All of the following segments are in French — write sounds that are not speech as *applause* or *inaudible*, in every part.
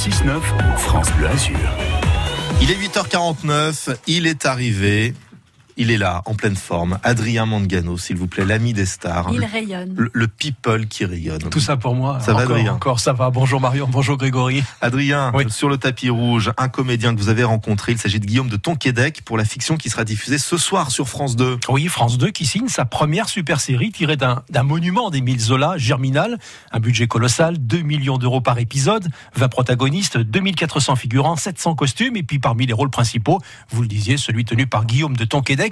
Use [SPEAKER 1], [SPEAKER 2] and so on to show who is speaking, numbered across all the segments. [SPEAKER 1] 6-9, France Bleu Azur.
[SPEAKER 2] Il est 8h49, il est arrivé, il est là, en pleine forme. Adrien Mangano, s'il vous plaît, l'ami des stars,
[SPEAKER 3] Il rayonne.
[SPEAKER 2] le, le people qui rayonne.
[SPEAKER 4] Tout ça pour moi.
[SPEAKER 2] Ça va,
[SPEAKER 4] encore,
[SPEAKER 2] Adrien
[SPEAKER 4] encore, ça va. Bonjour Marion, bonjour Grégory.
[SPEAKER 2] Adrien,
[SPEAKER 4] Oui.
[SPEAKER 2] sur le tapis rouge, un comédien que vous avez rencontré, il s'agit de Guillaume de Tonquédec pour la fiction qui sera diffusée ce soir sur France 2.
[SPEAKER 4] Oui, France 2 qui signe sa première super série tirée d'un d'un monument d'Émile Zola, Germinal. Un budget colossal, 2 millions d'euros par épisode, 20 protagonistes, 2400 figurants, 700 costumes. Et puis parmi les rôles principaux, vous le disiez, celui tenu par Guillaume de Tonquédec,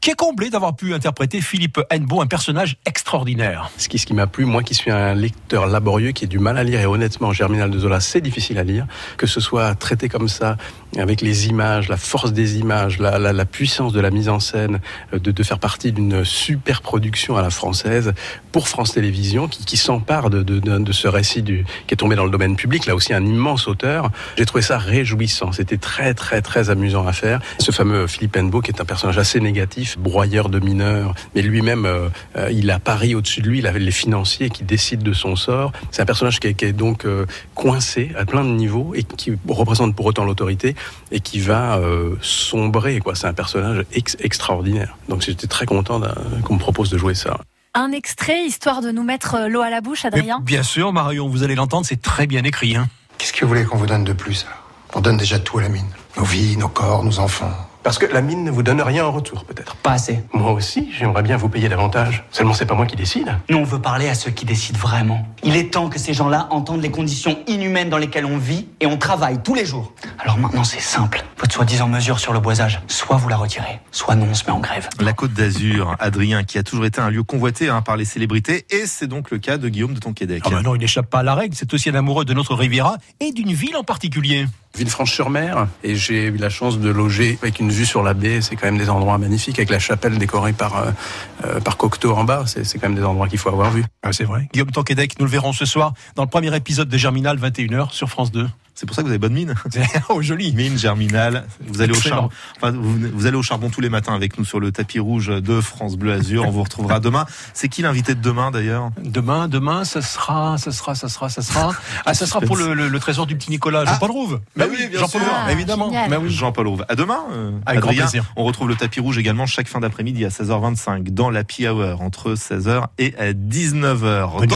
[SPEAKER 4] qui est comblé d'avoir pu interpréter Philippe Hennebeau, un personnage extraordinaire.
[SPEAKER 5] Ce qui, ce qui m'a plu, moi qui suis un lecteur laborieux, qui ai du mal à lire, et honnêtement, Germinal de Zola, c'est difficile à lire, que ce soit traité comme ça, avec les images, la force des images, la, la- la puissance de la mise en scène, euh, de, de faire partie d'une super production à la française pour France Télévisions, qui, qui s'empare de, de- de- de ce récit du, qui est tombé dans le domaine public, là aussi un immense auteur. J'ai trouvé ça réjouissant, c'était très très très amusant à faire. Ce fameux Philippe Hennebeau, qui est un personnage assez négatif, broyeur de mineurs, mais lui-même euh, euh, il a Paris au-dessus de lui, il a les financiers qui décident de son sort. C'est un personnage qui est, qui est donc euh, coincé à plein de niveaux et qui représente pour autant l'autorité et qui va euh, sombrer. quoi. C'est un personnage ex- extraordinaire. Donc j'étais très content d'un- qu'on me propose de jouer ça.
[SPEAKER 3] Un extrait, histoire de nous mettre euh, l'eau à la bouche, Adrien.
[SPEAKER 4] Mais bien sûr, Marion, vous allez l'entendre, c'est très bien écrit. hein.
[SPEAKER 6] Qu'est-ce que vous voulez qu'on vous donne de plus alors On donne déjà tout à la mine. Nos vies, nos corps, nos enfants.
[SPEAKER 5] Parce que la mine ne vous donne rien en retour, peut-être.
[SPEAKER 7] Pas assez.
[SPEAKER 5] Moi aussi, j'aimerais bien vous payer davantage. Seulement, c'est pas moi qui décide.
[SPEAKER 7] Nous, on veut parler à ceux qui décident vraiment. Il est temps que ces gens-là entendent les conditions inhumaines dans lesquelles on vit et on travaille tous les jours. Alors maintenant, c'est simple. Votre soi-disant mesure sur le boisage, soit vous la retirez, soit non, on se met en grève.
[SPEAKER 2] La Côte d'Azur, Adrien, qui a toujours été un lieu convoité hein, par les célébrités, et c'est donc le cas de Guillaume de Tonquédec.
[SPEAKER 4] Ah bah non, il n'échappe pas à la règle, c'est aussi un amoureux de notre Riviera et d'une ville en particulier.
[SPEAKER 5] Villefranche-sur-Mer et j'ai eu la chance de loger avec une vue sur la baie. C'est quand même des endroits magnifiques avec la chapelle décorée par, euh, euh, par Cocteau en bas. C'est c'est quand même des endroits qu'il faut avoir vu.
[SPEAKER 4] Ah, c'est vrai. Guillaume Tanquédec, nous le verrons ce soir dans le premier épisode de Germinal, 21h sur
[SPEAKER 2] *laughs*
[SPEAKER 4] France 2.
[SPEAKER 2] C'est pour ça que vous avez bonne mine.
[SPEAKER 4] oh, joli.
[SPEAKER 2] Mine, Germinal, vous allez, au charbon,
[SPEAKER 4] Excellent.
[SPEAKER 2] enfin, vous, vous allez au charbon tous les matins avec nous sur le tapis rouge de France Bleu Azur. On vous retrouvera demain. C'est qui l'invité de demain d'ailleurs
[SPEAKER 4] Demain, demain, ça sera, ça sera, ça sera, ça sera. Ah, ça sera pour le, le- le trésor du petit Nicolas, Jean-Paul Rouve.
[SPEAKER 2] bah oui, bien sûr.
[SPEAKER 4] Rouve,
[SPEAKER 3] Ah,
[SPEAKER 4] évidemment.
[SPEAKER 3] génial.
[SPEAKER 4] Bah oui.
[SPEAKER 2] Jean-Paul Rouve. À demain, euh,
[SPEAKER 4] Avec grand
[SPEAKER 2] Adrien.
[SPEAKER 4] plaisir.
[SPEAKER 2] On retrouve le tapis rouge également E chaque fin d'après-midi à 16h25 dans l'Happy Hour entre 16h et à 19h.